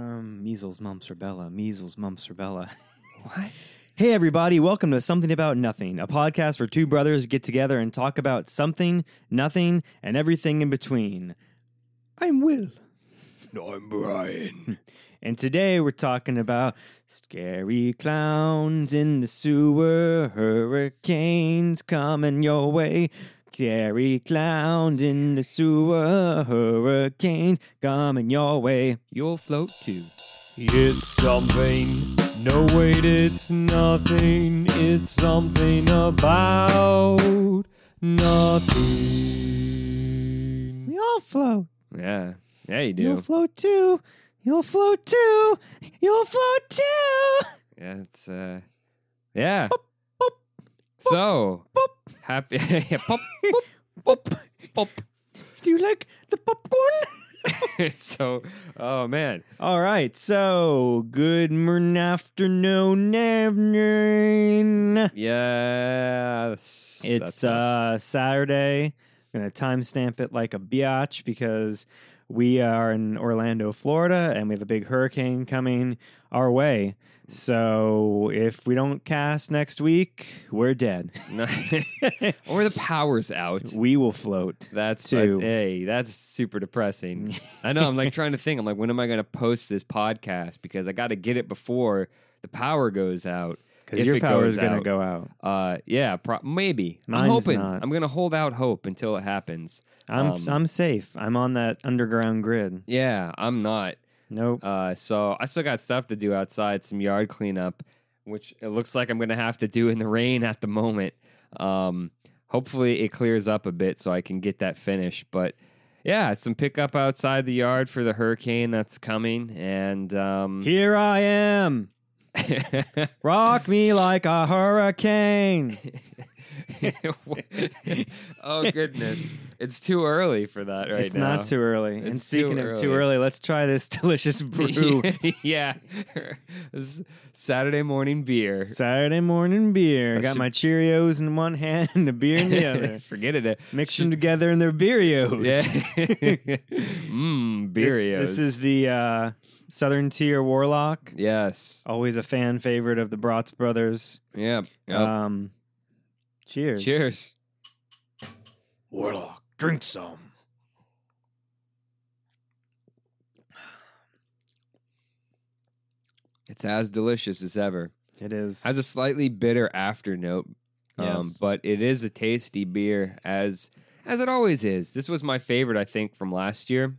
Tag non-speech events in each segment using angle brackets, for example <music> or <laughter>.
measles, mumps, rubella, measles, mumps, rubella. <laughs> What? Hey, everybody, welcome to Something About Nothing, a podcast where two brothers get together and talk about something, nothing, and everything in between. I'm Will. No, I'm Brian. And today we're talking about scary clowns in the sewer, hurricanes coming your way. Scary clowns in the sewer, hurricanes coming your way. You'll float too. It's something. No, wait, it's nothing. It's something about nothing. We all float. Yeah. Yeah, you do. You'll float too. You'll float too. You'll float too. yeah, it's uh Yeah. So happy <laughs> yeah, pop, pop, pop, pop. <laughs> Do you like the popcorn? It's so oh man. <laughs> All right. So good morning, afternoon, evening. Yes. It's uh, Saturday. I'm gonna timestamp it like a biatch because we are in Orlando, Florida, and we have a big hurricane coming our way. So if we don't cast next week, we're <laughs> dead. uh <laughs> or the power's out. we will float. That's Two. but, hey, that's super <laughs> depressing. I know. I'm like trying to think. I'm like, when am I going to post this podcast? Because I got to get it before the power goes out. Because If your it power is goes gonna out. go out. Uh, yeah, pro- maybe. I'm Mine's hoping. not. I'm going to hold out hope until it happens. I'm Um, I'm safe. I'm on that underground grid. Yeah, I'm not. Nope. Uh, so I still got stuff to do outside, some yard cleanup, which it looks like I'm going to have to do in the rain at the moment. Um, hopefully it clears up a bit so I can get that finished. But yeah, some pickup outside the yard for the hurricane that's coming, and um, Here I am. Rock <laughs> me like a hurricane. <laughs> oh goodness, it's too early for that right it's now. not <laughs> too early. and It's speaking too of too early. early, let's try this <laughs> <laughs> delicious brew. yeah, <laughs> This is Saturday morning beer. Saturday morning beer. I That got should- my Cheerios in one <laughs> hand and a beer in <laughs> the other. Forget it. Mix them together and they're Beerios. <laughs> Yeah. Mmm, This- Beerios. This, is the uh, Southern Tier Warlock. Yes. Always a fan favorite of the Bratz brothers. Yeah. Um, cheers. Cheers. Warlock, drink some. It's as delicious as ever. It is. Has a slightly bitter after note, um, Yes. but it is a tasty beer as as it always is. This was my favorite, I think, from last year.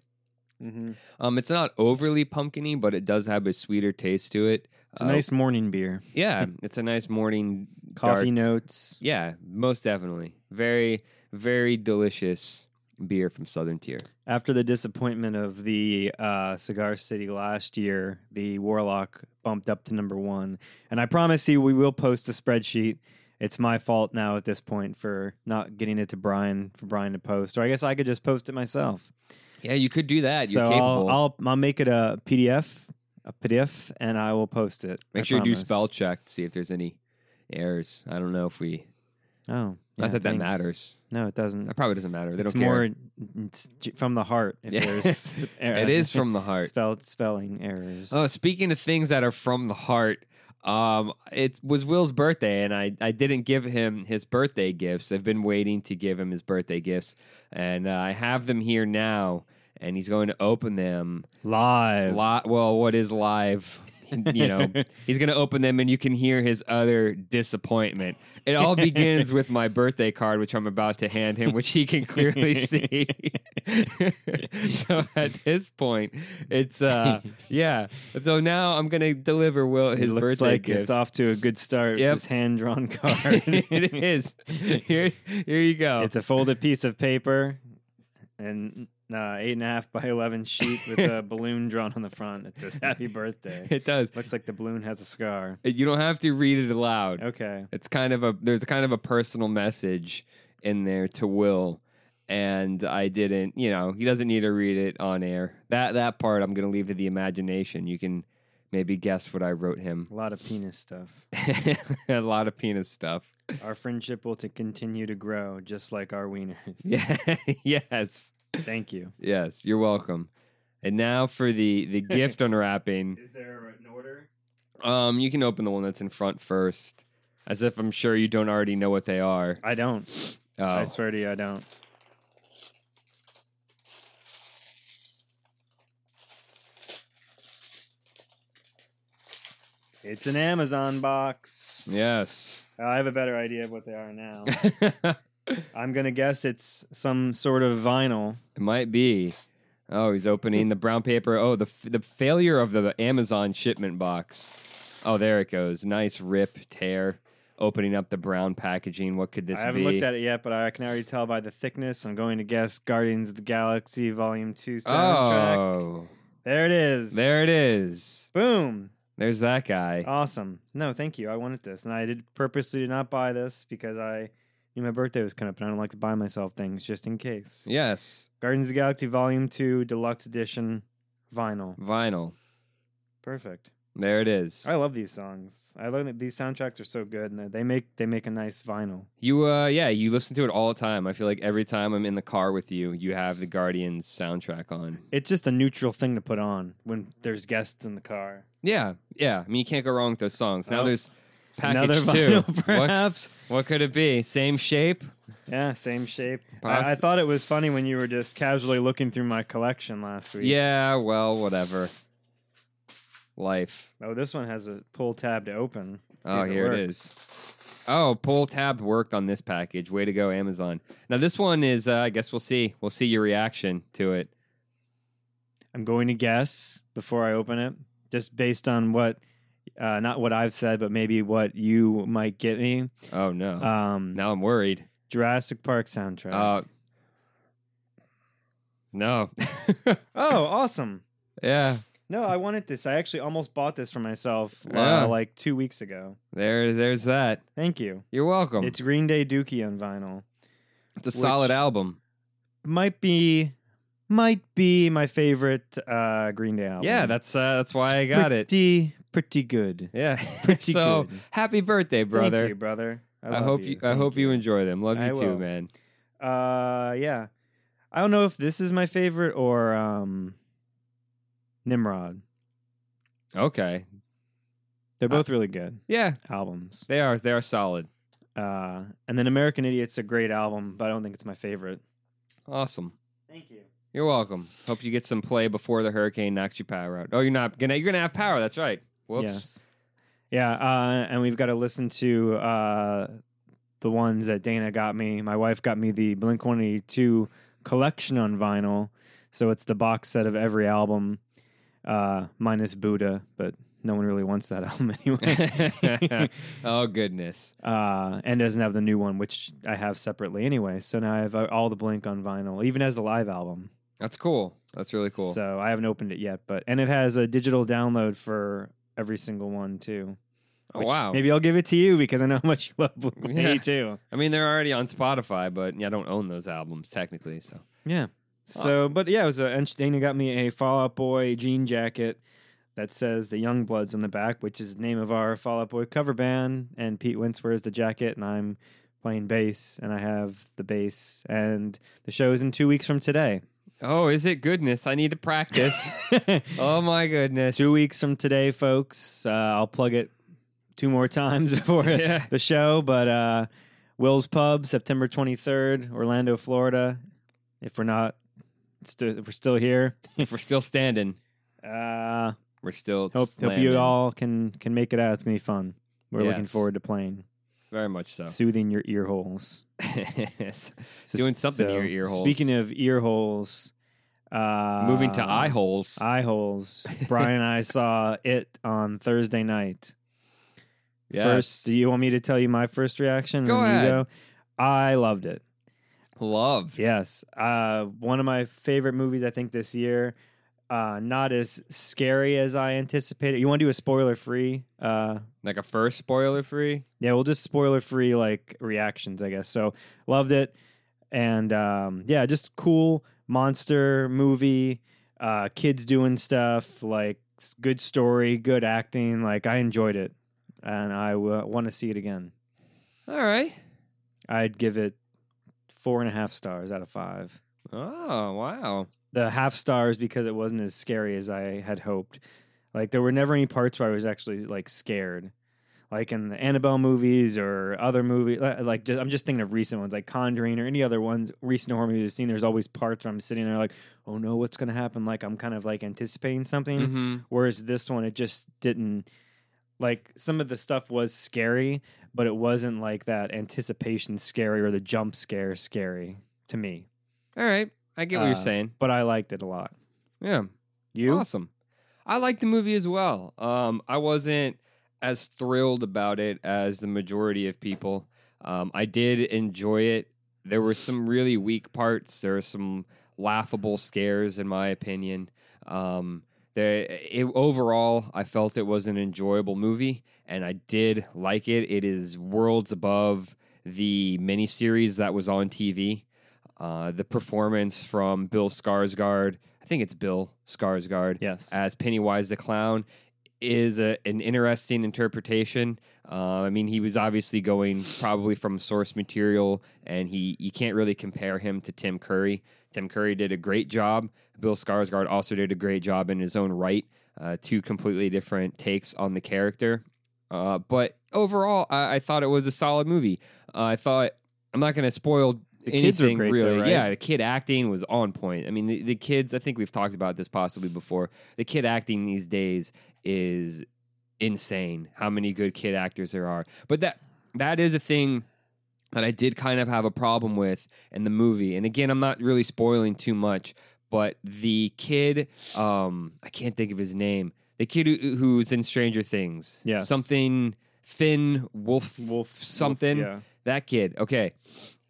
Mhm. Um, it's not overly pumpkiny, but it does have a sweeter taste to it. It's a Uh, nice morning beer. yeah, it's a nice morning Coffee dark- notes. Yeah, most definitely. Very, very delicious beer from Southern Tier. After the disappointment of the uh, Cigar City last year, the Warlock bumped up to number one. And I promise you, we will post a spreadsheet. It's my fault now at this point for not getting it to Brian for Brian to post, or I guess I could just post it myself. Yeah, you could do that. You're so I'll, capable. I'll I'll make it a PDF, a PDF, and I will post it. Make I sure you do promise. spell check to see if there's any errors. I don't know if we. Oh, yeah, not that that thanks. matters. No, it doesn't. That probably doesn't matter. They it's don't more <laughs> care. it's j- from the heart. If Yeah. <laughs> there's It is from <laughs> the heart. spelled spelling errors. Oh, speaking of things that are from the heart, um, it was Will's birthday, and I, I didn't give him his birthday gifts. I've been waiting to give him his birthday gifts, and uh, I have them here now, and he's going to open them. live. Li- well, what is live? <laughs> you know, he's going to open them, and you can hear his other disappointment. It all begins with my birthday card, which I'm about to hand him, which he <laughs> can clearly see. <laughs> so at this point, <laughs> it's <laughs> uh, yeah. So now I'm going to deliver Will his it looks birthday like gifts. it's <laughs> off to a good start. Yep. This hand <laughs> drawn card. it is. Here, here you go. <laughs> It's a folded piece of paper and uh, eight and a half by eleven sheet with <laughs> a balloon drawn on the front. It says "Happy Birthday." it does. Looks like the balloon has a scar. You don't have to read it aloud. Okay. It's kind of a there's kind of a personal message in there to Will, and I didn't. You know, he doesn't need to read it on air. That that part I'm gonna leave to the imagination. You can maybe guess what I wrote him. <laughs> A lot of penis stuff. a lot of penis stuff. <laughs> Our friendship will to continue to grow, just like our wieners. Yeah. yes. Thank you. Yes. You're welcome. And now for the the gift unwrapping. Is there Um, you can open the one that's in front first, as if I'm sure you don't already know what they are. I don't. Oh. I swear to you, I don't. It's an Amazon box. Yes. <laughs> I have a better idea of what they are now. I'm gonna guess it's some sort of vinyl. It might be. Oh, he's opening the brown paper. Oh, the f- the failure of the Amazon shipment box. Oh, there it goes. Nice rip tear. Opening up the brown packaging. What could this I haven't be? looked at it yet, but I can already tell by the thickness. I'm going to guess Guardians of the Galaxy Volume Two soundtrack. oh, There it is. there it is. Boom. There's that guy. Awesome. No, thank you. I wanted this, and I did purposely did not buy this because I knew my birthday was coming up, and I don't like to buy myself things just in case. Yes, Guardians of the Galaxy Volume Two Deluxe Edition vinyl. vinyl. Perfect. There it is. I love these songs. I love that these soundtracks are so good, and they make they make a nice vinyl. You uh yeah, you listen to it all the time. I feel like every time I'm in the car with you, you have the Guardians soundtrack on. It's just a neutral thing to put on when there's guests in the car. Yeah, yeah. I mean you can't go wrong with those songs. Now Oh. there's Another package two. vinyl, What, perhaps. what could it be? Same shape? Yeah, same shape. I, I Poss- thought it was funny when you were just casually looking through my collection last week. Yeah, well, whatever. Life. Oh, this one has a pull tab to open. See Oh, if here it works. is. Oh, pull tab worked on this package. Way to go, Amazon. Now this one is uh, I guess we'll see. We'll see your reaction to it. I'm going to guess before I open it, just based on what, uh, not what I've said, but maybe what you might get me. Oh no. Um, now I'm worried. Jurassic Park soundtrack. Uh, no. <laughs> oh, awesome. yeah, No, I wanted this. I actually almost bought this for myself uh, Yeah. like two weeks ago. there, there's that. Thank you. You're welcome. It's It's, Green Day Dookie on vinyl. a solid which- album. Might be, might be my favorite uh, Green Day album. Yeah, that's uh, that's why I got it. Pretty, pretty good. Yeah. <laughs> pretty so good. happy birthday, brother. Thank you, brother. I, love hope you. I Thank hope you. enjoy them. Love you I too, will. man. Uh, yeah. I don't know if this is my favorite or um, Nimrod. Okay. They're both really good Yeah, albums. they are. They are solid. Uh, and then American Idiot's a great album, but I don't think it's my favorite. Awesome. Thank you. You're welcome. Hope you get some play before the hurricane knocks your power out. Oh, you're not gonna. You're gonna have power. That's right. Whoops. Yes. Yeah, uh, and we've got to listen to uh, the ones that Dana got me. My wife got me the Blink 182 collection on vinyl. So it's the box set of every album, uh, minus Buddha, but no one really wants that <laughs> album anyway. <laughs> oh goodness. uh, and doesn't have the new one, which I have separately anyway. So now I have uh, all the Blink on vinyl, even as a live album. That's cool. That's really cool. So I haven't opened it yet, but and it has a digital download for every single one too. Oh, which wow. Maybe I'll give it to you because I know how much you love <laughs> Blink One Yeah. Eighty Two. I mean, they're already on Spotify, but yeah, I don't own those albums technically. So Yeah. So, but yeah, it was a. And Dana got me a Fall Out Boy jean jacket that says "The Young Bloods" on the back, which is the name of our Fall Out Boy cover band. And Pete Wentz wears the jacket, and I'm playing bass, and I have the bass. And the show is in two weeks from today. oh, is it goodness? I need <laughs> to <laughs> practice. oh my goodness, two weeks from today, folks. Uh, I'll plug it two more times <laughs> before Yeah. the show, but uh, Will's Pub, September 23rd, Orlando, Florida. If we're not, st- if we're still here, If we're still standing, uh, we're still hope, hope slamming. you all can can make it out. It's gonna be fun. We're looking Yes. forward to playing, very much so. <laughs> soothing your ear holes, Yes. So- Doing something to your ear holes. Speaking of ear holes, uh, Moving to eye holes. Eye <laughs> holes. Brian and I saw it on Thursday night. Yes. First, do you want me to tell you my first reaction? Go and you ahead. I loved it. love. Yes. Uh, one of my favorite movies, I think, this year. Uh, not as scary as I anticipated. You want to do a spoiler free? Uh, Like a first spoiler free. yeah, we'll just spoiler free like reactions, I guess. So loved it, and um, yeah, just cool monster movie. Uh, kids doing stuff like s- good story, good acting. Like I enjoyed it, and I w- want to see it again. All right. I'd give it four and a half stars out of five. Oh wow. the half stars because it wasn't as scary as I had hoped. Like there were never any parts where I was actually like scared. Like in the Annabelle movies or other movies, like just, I'm just thinking of recent ones, like Conjuring or any other ones, recent horror movies I've seen. There's always parts where I'm sitting there like, oh no, what's gonna happen? Like I'm kind of like anticipating something. Mm-hmm. Whereas this one, it just didn't. Like some of the stuff was scary, but it wasn't like that anticipation scary or the jump scare scary to me. All right, I get what you're Uh, saying. But I liked it a lot. Yeah. You? Awesome. I liked the movie as well. Um, I wasn't as thrilled about it as the majority of people. Um, I did enjoy it. There were some really weak parts. There were some laughable scares, in my opinion. Um, there, it, overall, I felt it was an enjoyable movie, and I did like it. It is worlds above the miniseries that was on TV. Uh, the performance from Bill Skarsgård, I think it's Bill Skarsgård, Yes. as Pennywise the clown is a, an interesting interpretation. Uh, I mean, he was obviously going probably from source material, and he you can't really compare him to Tim Curry. Tim Curry did a great job. Bill Skarsgård also did a great job in his own right. Uh, two completely different takes on the character. Uh, but overall, I, I thought it was a solid movie. Uh, I thought I'm not going to spoil The anything kids were great though, really. right? Yeah, the kid acting was on point. I mean, the, the kids. I think we've talked about this possibly before. The kid acting these days is insane. How many good kid actors there are, but that that is a thing that I did kind of have a problem with in the movie. And again, I'm not really spoiling too much, but the kid, um, I can't think of his name. The kid who, who's in Stranger Things, Yes. something Finn Wolf, Wolf something. Yeah. That kid. Okay.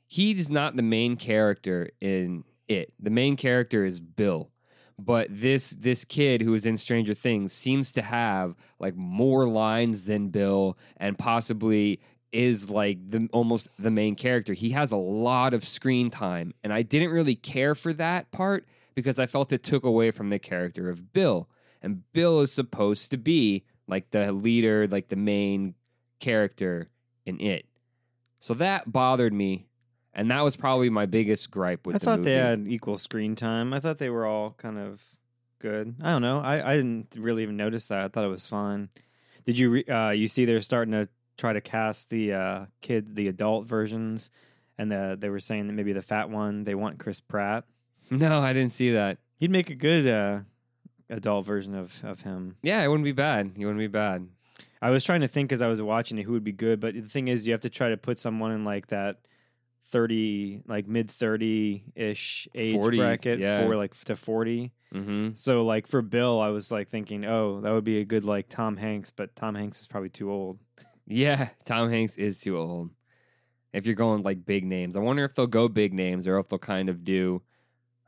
He's not the main character in it. The main character is Bill. But this this kid who is in Stranger Things seems to have like more lines than Bill and possibly is like the almost the main character. He has a lot of screen time and I didn't really care for that part because I felt it took away from the character of Bill. And Bill is supposed to be like the leader, like the main character in it. So that bothered me, and that was probably my biggest gripe with I the thought movie. they had equal screen time. I thought they were all kind of good. I don't know. I, I didn't really even notice that. I thought it was fine. Did you re- uh, you see they're starting to try to cast the uh, kid the adult versions, and the, they were saying that maybe the fat one they want Chris Pratt. <laughs> No, I didn't see that. He'd make a good uh, adult version of of him. Yeah, it wouldn't be bad. It wouldn't be bad. I was trying to think as I was watching it who would be good, but the thing is, you have to try to put someone in like that thirty, like mid thirty ish age 40s, bracket yeah. for like to forty. Mm-hmm. So like for Bill, I was like thinking, oh, that would be a good like Tom Hanks, but Tom Hanks is probably too old. Yeah, Tom Hanks is too old. If you're going like big names, I wonder if they'll go big names or if they'll kind of do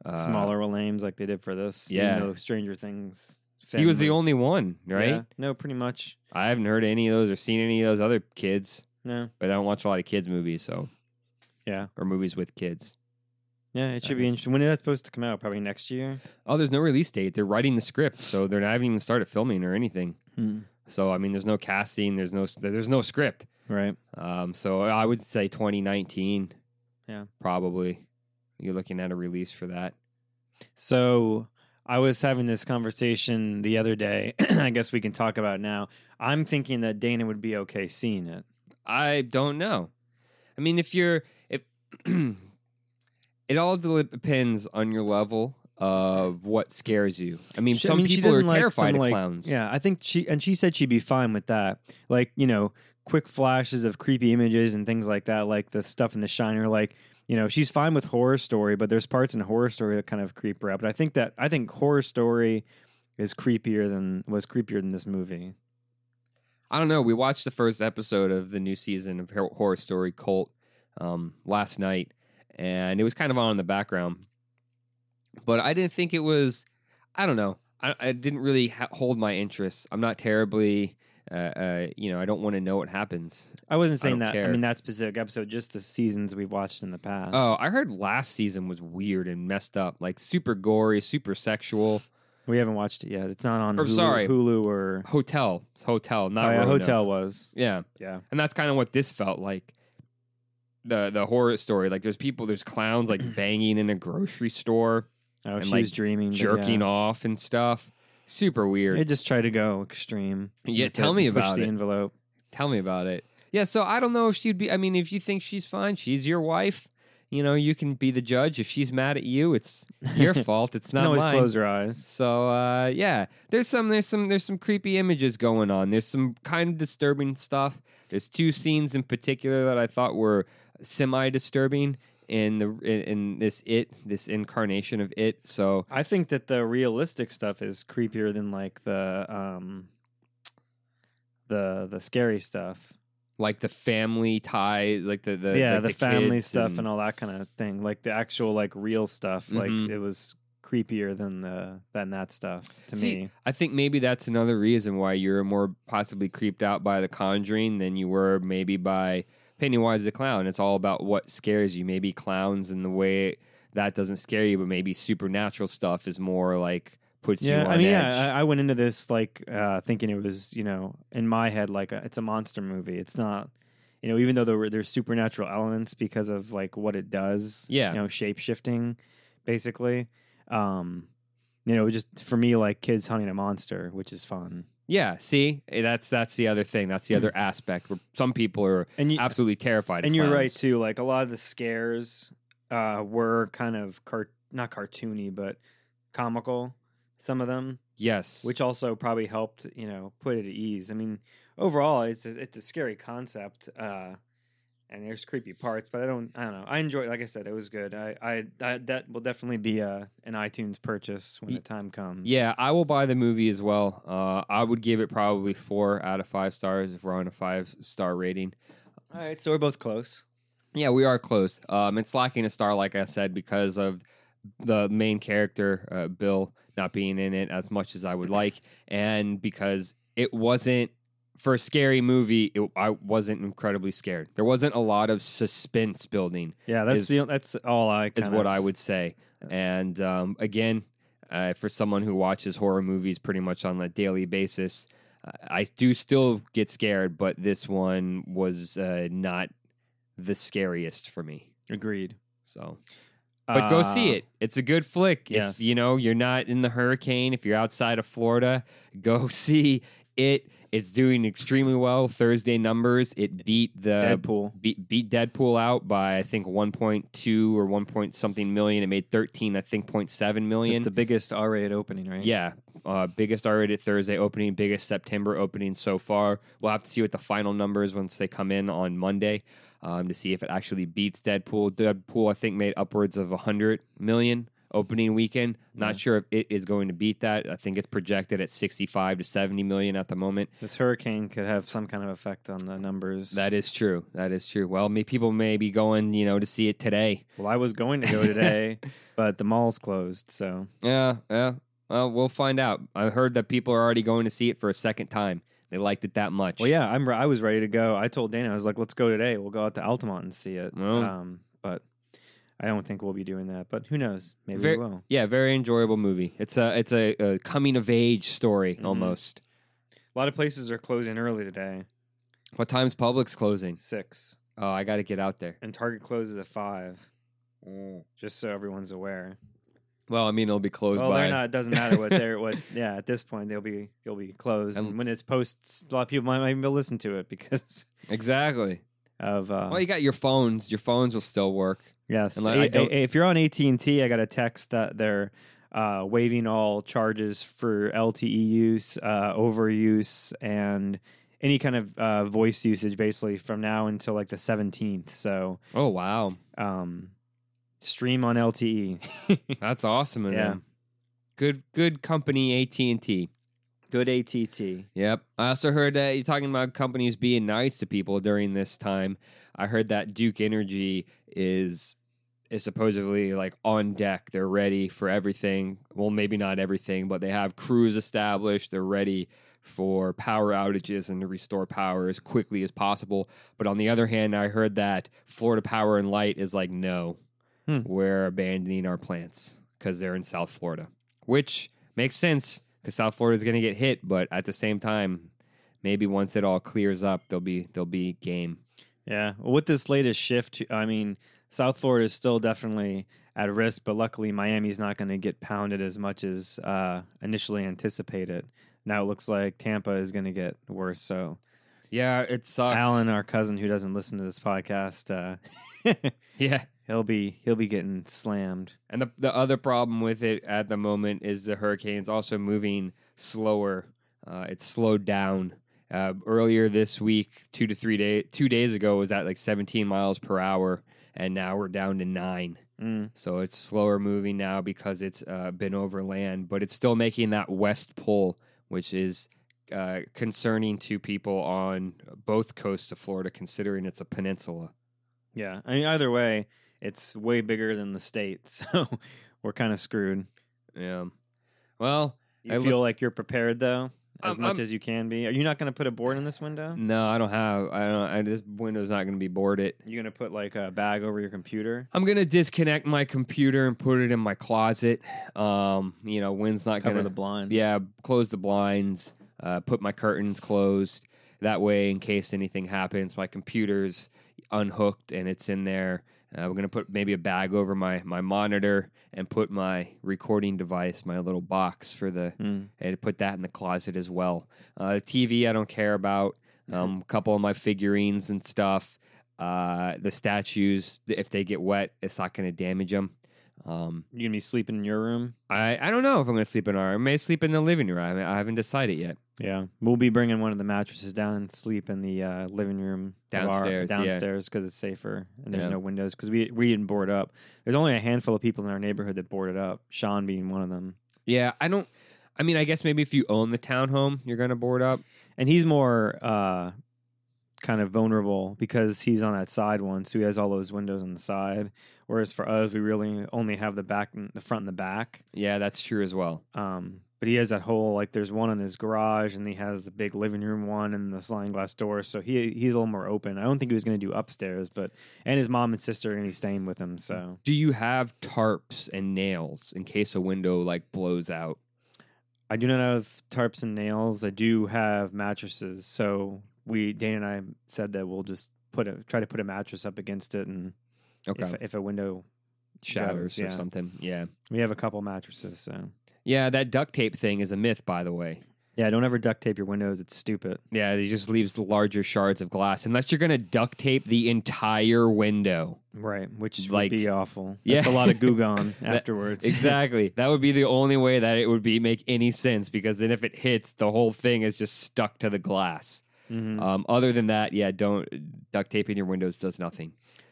uh, Smaller names like they did for this. yeah. even though Stranger Things. He was the Finn only one, right? Yeah. no, pretty much. I haven't heard any of those or seen any of those other kids, No, but I don't watch a lot of kids movies, so yeah, or movies with kids. yeah. It should Nice. be interesting. When is that supposed to come out? Probably next year. Oh, there's no release date. They're writing the script, so they're not haven't even started filming or anything. So I mean, there's no casting, there's no there's no script. Right. Um, so I would say 2019. Yeah. probably. You're looking at a release for that. So I was having this conversation the other day. <clears throat> I guess we can talk about it now. I'm thinking that Dana would be okay seeing it. I don't know. I mean, if you're if <clears throat> it all del- depends on your level of what scares you. I mean, She- I some mean, she people are doesn't like terrified some, of like- clowns. Yeah, I think she and she said she'd be fine with that. Like you know, quick flashes of creepy images and things like that, like the stuff in The Shiner. Like you know, she's fine with horror story, but there's parts in horror story that kind of creep her out. But I think that I think horror story is creepier than was creepier than this movie. I don't know. We watched the first episode of the new season of Hor- Horror Story Cult um, last night, and it was kind of on in the background. But I didn't think it was. I don't know. I, I didn't really ha- hold my interest. I'm not terribly. Uh, uh, you know, I don't want to know what happens. I wasn't I don't saying that. care. I mean that specific episode, just the seasons we've watched in the past. Oh, I heard last season was weird and messed up, like super gory, super sexual. We haven't watched it yet. It's not on Or, Hulu, sorry. Hulu or Hotel, hotel, not Oh, yeah, Roanoke. Hotel was. Yeah, Yeah. and that's kind of what this felt like the the horror story like there's people there's <clears throat> clowns like banging in a grocery store Oh, And, she like, was dreaming. but jerking yeah. off and stuff Super weird. I just try to go extreme. Yeah, with tell me and push about the it. envelope. Tell me about it. Yeah, so I don't know if she'd be. I mean, if you think she's fine, she's your wife. You know, you can be the judge. If she's mad at you, it's <laughs> your fault. It's You not can always mine. close her eyes. So uh, yeah, there's some there's some there's some creepy images going on. There's some kind of disturbing stuff. There's two scenes in particular that I thought were semi disturbing in the in, in this it this incarnation of it. So I think that the realistic stuff is creepier than like the um the the scary stuff. like the family ties, like the, the yeah, like the, family kids stuff and... all that kind of thing. Like the actual like real stuff. Mhm. Like it was creepier than the than that stuff to See, me. I think maybe that's another reason why you're more possibly creeped out by The Conjuring than you were maybe by Pennywise the Clown. It's all about what scares you. Maybe clowns and the way that doesn't scare you, but maybe supernatural stuff is more like puts Yeah, you on I mean, edge. yeah, I, I went into this like uh, thinking it was, you know, in my head like a, it's a monster movie. It's not, you know, even though there were, there's supernatural elements because of like what it does. Yeah. you know, shape shifting, basically. Um, you know, just for me, like kids hunting a monster, which is fun. yeah, see, Eh, that's that's the other thing. That's the other aspect where some people are And you, absolutely terrified. of Hmm. and you're right clowns. too. Like a lot of the scares uh, were kind of cart- not cartoony, but comical. Some of them. Yes, which also probably helped you know put it at ease i mean overall it's a, it's a scary concept uh and there's creepy parts but i don't i don't know i enjoy like i said it was good i i, I that will definitely be uh an itunes purchase when Ye- the time comes Yeah, I will buy the movie as well. Uh, I would give it probably four out of five stars if we're on a five star rating. all right so we're both close Yeah, we are close. Um, it's lacking a star, like I said, because of the main character uh, Bill not being in it as much as I <laughs> would like, and because it wasn't for a scary movie. It, I wasn't incredibly scared. There wasn't a lot of suspense building yeah that's Is- the that's all i is kind what of- I would say. And um, again, uh, for someone who watches horror movies pretty much on a daily basis, uh, I do still get scared, but this one was uh, not the scariest for me. agreed So, but go see Uh, it. It's a good flick. yes. If you know you're not in the hurricane, if you're outside of Florida, go <laughs> see it. It's doing extremely well. Thursday numbers. It beat the deadpool beat, beat Deadpool out by I think 1.2 or 1 point something million. It made 13, I think, 0.7 it's the million. biggest r-rated opening right Yeah, uh, biggest R-rated Thursday opening, biggest September opening so far. We'll have to see what the final numbers once they come in on Monday um, to see if it actually beats Deadpool. Deadpool, I think, made upwards of 100 million opening weekend. Not Yeah. sure if it is going to beat that. I think it's projected at 65 to 70 million at the moment. this hurricane could have some kind of effect on the numbers That is true. That is true. Well, may, people may be going, you know, to see it today. well i was going to go <laughs> today but the mall's closed so Yeah, yeah. Well, we'll find out. I heard that people are already going to see it for a second time. They liked it that much. Well, yeah, I'm. re- I was ready to go. I told Dana, I was like, "Let's go today. We'll go out to Altamont and see it." Well. um, but I don't think we'll be doing that. But who knows? Maybe Very- we will. yeah. Very enjoyable movie. It's a it's a, a coming of age story Mhm. almost. A lot of places are closing early today, What time's Publix closing? six, Oh, I got to get out there. and Target closes at five. Just so everyone's aware. Well, I mean, it'll be closed well, by. they're not. It doesn't matter what they're <laughs> what. Yeah, at this point, they'll be they'll be closed. And- And when it's posts, a lot of people might not even be able to listen to it because Exactly. of uh, well, you got your phones. Your phones will still work. Yes. Unless- I A- don't- a- if you're on AT and T, I got a text that they're uh, waiving all charges for LTE use, uh, overuse, and any kind of uh, voice usage, basically from now until like the 17th. So <laughs> Oh wow, um, stream on E. LTE. that's awesome. of Yeah. them. Good good company AT and T. <laughs> Good ATT. Yep. I also heard that you're talking about companies being nice to people during this time. I heard that Duke Energy is is supposedly like on deck. They're ready for everything. Well, maybe not everything, but they have crews established. They're ready for power outages and to restore power as quickly as possible. But on the other hand, I heard that Florida Power and Light is like, no, Hmm. we're abandoning our plants because they're in South Florida, which makes sense because South Florida is going to get hit. But at the same time, maybe once it all clears up, there'll be there'll be game. Yeah. Well, with this latest shift, I mean, South Florida is still definitely at risk. But luckily, Miami's not going to get pounded as much as uh, initially anticipated. Now it looks like Tampa is going to get worse. So Yeah, it sucks. Alan, uh, our cousin who doesn't listen to this podcast, uh, <laughs> Yeah. he'll be he'll be getting slammed. And the the other problem with it at the moment is the hurricane's also moving slower. Uh, it's slowed down. Uh, earlier this week, two to three day two days ago was at like 17 miles per hour, and now we're down to nine. Mm. So it's slower moving now because it's uh, been over land, but it's still making that west pull, which is uh, concerning to people on both coasts of Florida, considering it's a peninsula. Yeah, I mean either way, it's way bigger than the state, <laughs> so we're kind of screwed. Yeah. Well, You I feel looked- like you're prepared though, as I'm- much I'm- as you can be. Are you not going to put a board in this window? no, I don't have. I don't. I, this window's not going to be boarded. You going to put like a bag over your computer? I'm going to disconnect my computer and put it in my closet. Um, you know, wind's not Cover going the to blinds. Yeah, close the blinds, uh, put my curtains closed. That way, in case anything happens, my computer's unhooked and it's in there. Uh, we're gonna put maybe a bag over my my monitor and put my recording device, my little box for the, Mm. and put that in the closet as well. Uh, TV, I don't care about. Um, a couple of my figurines and stuff. Uh, the statues, if they get wet, it's not gonna damage them. Um, You going to be sleeping in your room? I, I don't know if I'm going to sleep in our. I may sleep in the living room. I, I haven't decided yet. Yeah, we'll be bringing one of the mattresses down and sleep in the uh, living room of our- Downstairs, yeah. downstairs because it's safer and there's Yeah. no windows because we we didn't board up. There's only a handful of people in our neighborhood that boarded up. Sean being one of them, Yeah, I don't. I mean, I guess maybe if you own the townhome, you're going to board up. and he's more uh, kind of vulnerable because he's on that side one, so he has all those windows on the side. Whereas for us, we really only have the back, and the front, and the back. Yeah, that's true as well. Um, but he has that whole like there's one in his garage and he has the big living room one and the sliding glass door. So he he's a little more open. I don't think he was gonna do upstairs, but and his mom and sister are gonna be staying with him. So Do you have tarps and nails in case a window like blows out? I do not have tarps and nails. I do have mattresses. So we Dane and I said that we'll just put a try to put a mattress up against it and Okay, if, if a window goes, shatters yeah. or something. Yeah, we have a couple mattresses, so yeah. That duct tape thing is a myth, by the way. yeah, don't ever duct tape your windows. It's stupid. Yeah, it just leaves the larger shards of glass unless you're going to duct tape the entire window. Right, which Like- would be awful. Yeah. That's a lot of goo gone <laughs> That- afterwards. <laughs> Exactly. that would be the only way that it would be make any sense because then if it hits, the whole thing is just stuck to the glass. Mhm. Um, other than that, yeah, don't duct taping your windows does nothing.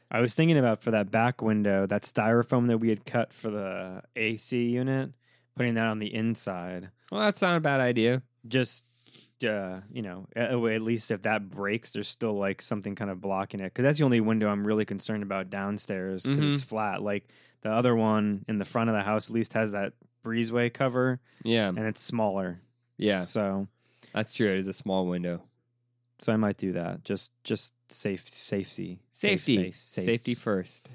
I was thinking about for that back window, that styrofoam that we had cut for the AC unit, putting that on the inside. Well, that's not a bad idea. Just, uh, you know, a- a- at least if that breaks, there's still like something kind of blocking it. Cause that's the only window I'm really concerned about downstairs because Mm-hmm. it's flat. Like the other one in the front of the house at least has that breezeway cover Yeah, and it's smaller. yeah, So, that's true. It is a small winw. so I might do that. Just, just safe, safety, Safe, Safety, safe, safe. <laughs> safety first.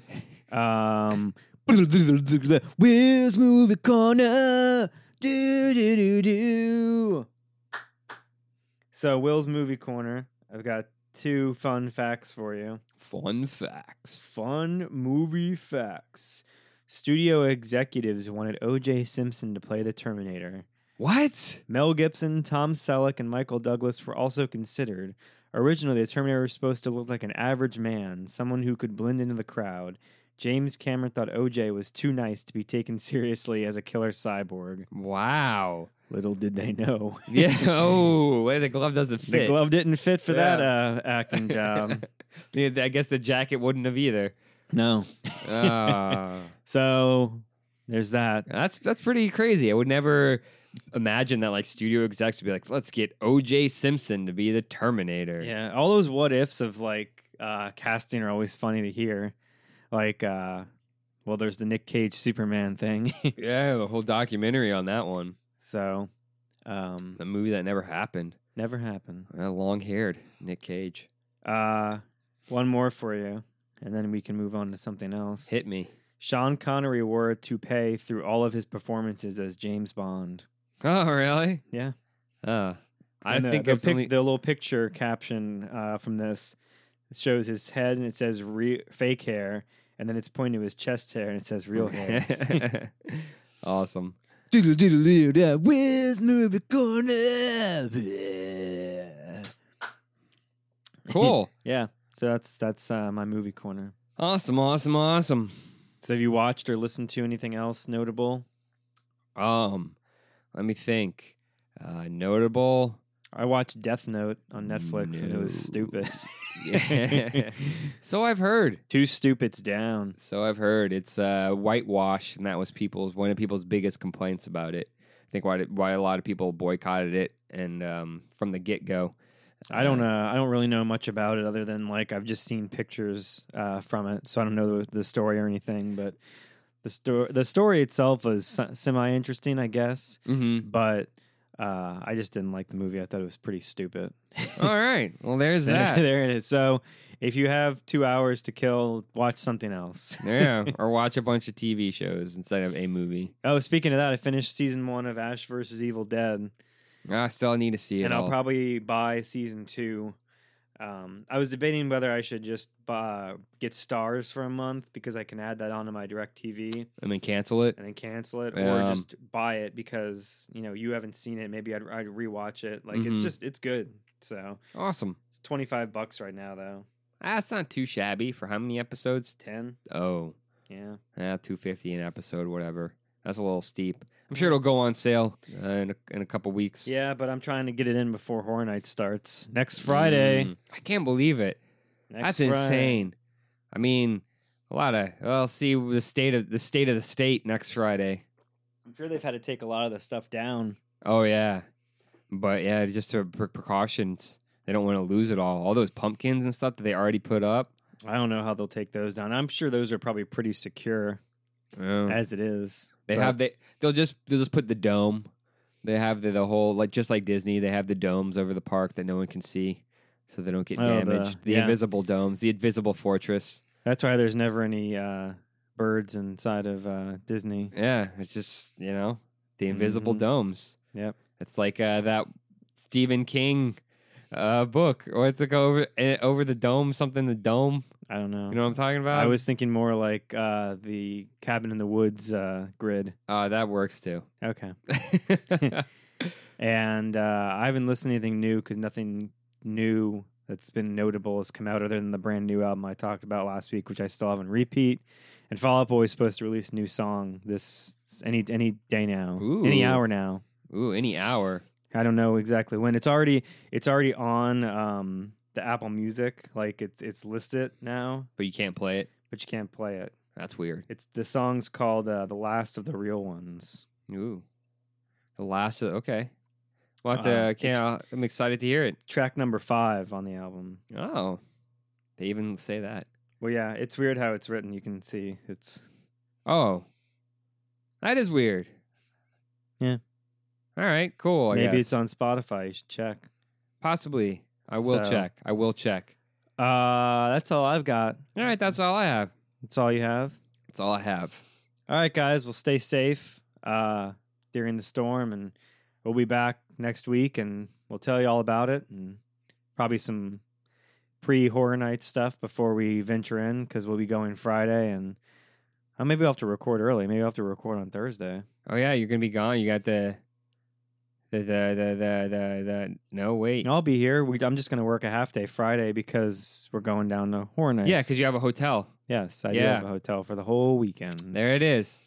Um, Will's movie corner. Do, do, do, do. So Will's movie corner. I've got two fun facts for you. Fun facts. Fun movie facts. Studio executives wanted O.J. Simpson to play the Terminator. What? Mel Gibson, Tom Selleck, and Michael Douglas were also considered. Originally, the Terminator was supposed to look like an average man, someone who could blend into the crowd. James Cameron thought OJ was too nice to be taken <laughs> seriously as a killer cyborg. Wow. Little did they know. <laughs> Yeah. <laughs> <laughs> Oh, well, the glove doesn't fit. the <laughs> glove didn't fit for that uh, acting job. Yeah, I guess the jacket wouldn't have <laughs> either. no. Ah. So there's that. That's that's pretty crazy. I would never imagine that like studio execs would be like, let's get OJ Simpson to be the Terminator. Yeah, all those what ifs of like uh, casting are always funny to hear. Like, uh, well, there's the Nick Cage Superman thing. <laughs> Yeah, the whole documentary on that one. So, um, The movie that never happened. never happened. Long haired Nick Cage. Uh, one more for you, and then we can move on to something else. Hit me. <laughs> Sean Connery wore a toupee through all of his performances as James Bond. Oh really? Yeah. Uh I And the, think the, I've pic- only- the little picture caption uh, from this shows his head, and it says re- fake hair, and then it's pointing to his chest hair, and it says <laughs> real hair. awesome. Doodle doodle doodle doodle. Where's movie corner? Cool. yeah, so that's that's uh, my movie corner. awesome. Awesome. Awesome. So have you watched or listened to anything else notable? Um, let me think. Uh, notable. I watched Death Note on Netflix, and it was No. stupid. <laughs> <laughs> so I've heard. Two stupids down. So I've heard it's uh, whitewash, and that was people's one of people's biggest complaints about it. I think why why a lot of people boycotted it, and um, from the get go. I don't uh, I don't really know much about it other than like I've just seen pictures uh, from it, so I don't know the, the story or anything. But the story the story itself was semi interesting, I guess. hmm But uh, I just didn't like the movie. I thought it was pretty stupid. <laughs> All right. Well, there's that. there it is. So if you have two hours to kill, watch something else. yeah. Or watch a bunch of TV shows instead of a movie. oh, speaking of that, I finished season one of Ash versus Evil Dead. I still need to see it. and I'll all. probably buy season two. Um, I was debating whether I should just uh, get stars for a month because I can add that onto my Direct TV I mean, cancel it. and then cancel it, Um, or just buy it because you know you haven't seen it. Maybe I'd, I'd rewatch it. Like Mhm. it's just it's good. So Awesome. it's twenty five bucks right now though. That's not too shabby for how many episodes? Ten, Oh, yeah. yeah, two fifty an episode, whatever. That's a little steep. I'm sure it'll go on sale uh, in a, in a couple weeks. Yeah, but I'm trying to get it in before Horror Night starts next Friday. Mm, I can't believe it. Next That's Friday. insane. I mean, a lot of. Well, see the state of the state of the state next Friday. I'm sure they've had to take a lot of the stuff down. Oh yeah, but yeah, just to pre- precautions. They don't want to lose it all. All those pumpkins and stuff that they already put up. I don't know how they'll take those down. I'm sure those are probably pretty secure. Oh. as it is. They But- have they they'll just they'll just put the dome. They have the, the whole like just like Disney, they have the domes over the park that no one can see, so they don't get Oh, the- damaged. The, yeah. invisible domes, the invisible fortress. that's why there's never any uh, birds inside of uh, Disney. Yeah, it's just you know the invisible Mhm. domes. Yep. it's like uh, that Stephen King uh, book, or it's like over eh, over the dome something. The dome, I don't know. you know um what I'm talking about? Uh-huh. I was thinking more like uh, the Cabin in the Woods uh, grid. uh, that <laughs> works too. <laughs> Okay. And uh, I haven't listened to anything new because nothing new that's been notable has come out other than the brand new album I talked about last week, which I still haven't repeat. And Fall Out Boy is supposed to release a new song this any any day now, any Ooh. hour now. Ooh, any hour. I don't know exactly when. It's already it's already on um, the Apple Music. Like it's it's listed now, But you can't play it. but you can't play it. That's weird. It's the song's called uh, "The Last of the Real Ones." Ooh. The last of okay. Well, Uh, the it's- can I'm excited to hear it. Track number five on the album. Oh. They even say that. Well, yeah, it's weird how it's written. You can see it's Oh. That is weird. Yeah. All right, cool. I maybe guess. it's on Spotify. You should check. possibly. I will So- check. I will check. Uh, that's all I've got. All right, that's all I have. That's all you have. That's all I have. All right, guys. Well, stay safe uh, during the storm, and we'll be back next week, and we'll tell you all about it, and probably some pre-horror night stuff before we venture in, because we'll be going Friday, and uh, maybe I'll have to record early. Maybe I'll have to record on Thursday. Oh yeah, you're gonna be gone. You got the the the the the the, the no wait. And I'll be here. We, I'm just going to work a half day Friday because we're going down to horror night. Yeah, because you have a hotel. yes, I do Yeah. have a hotel for the whole weekend. There it is.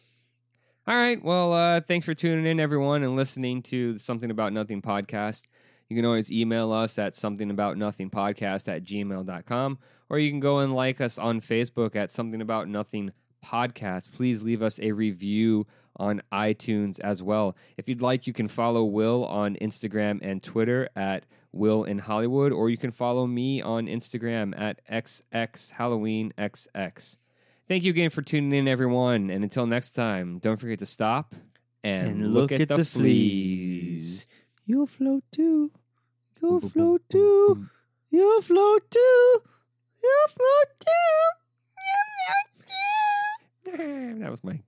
All right. Well, uh, thanks for tuning in, everyone, and listening to the Something About Nothing podcast. You can always email us at somethingaboutnothingpodcast at gmail.com, or you can go and like us on Facebook at Something About Nothing Podcast. Please leave us a review on iTunes as well. If you'd like, you can follow Will on Instagram and Twitter at Will in Hollywood, or you can follow me on Instagram at XXHalloweenXX. Thank you again for tuning in, everyone. And until next time, don't forget to stop and, look, at, the, fleas. You'll float too. You'll float too. You'll float too. You'll float too. <laughs> that was my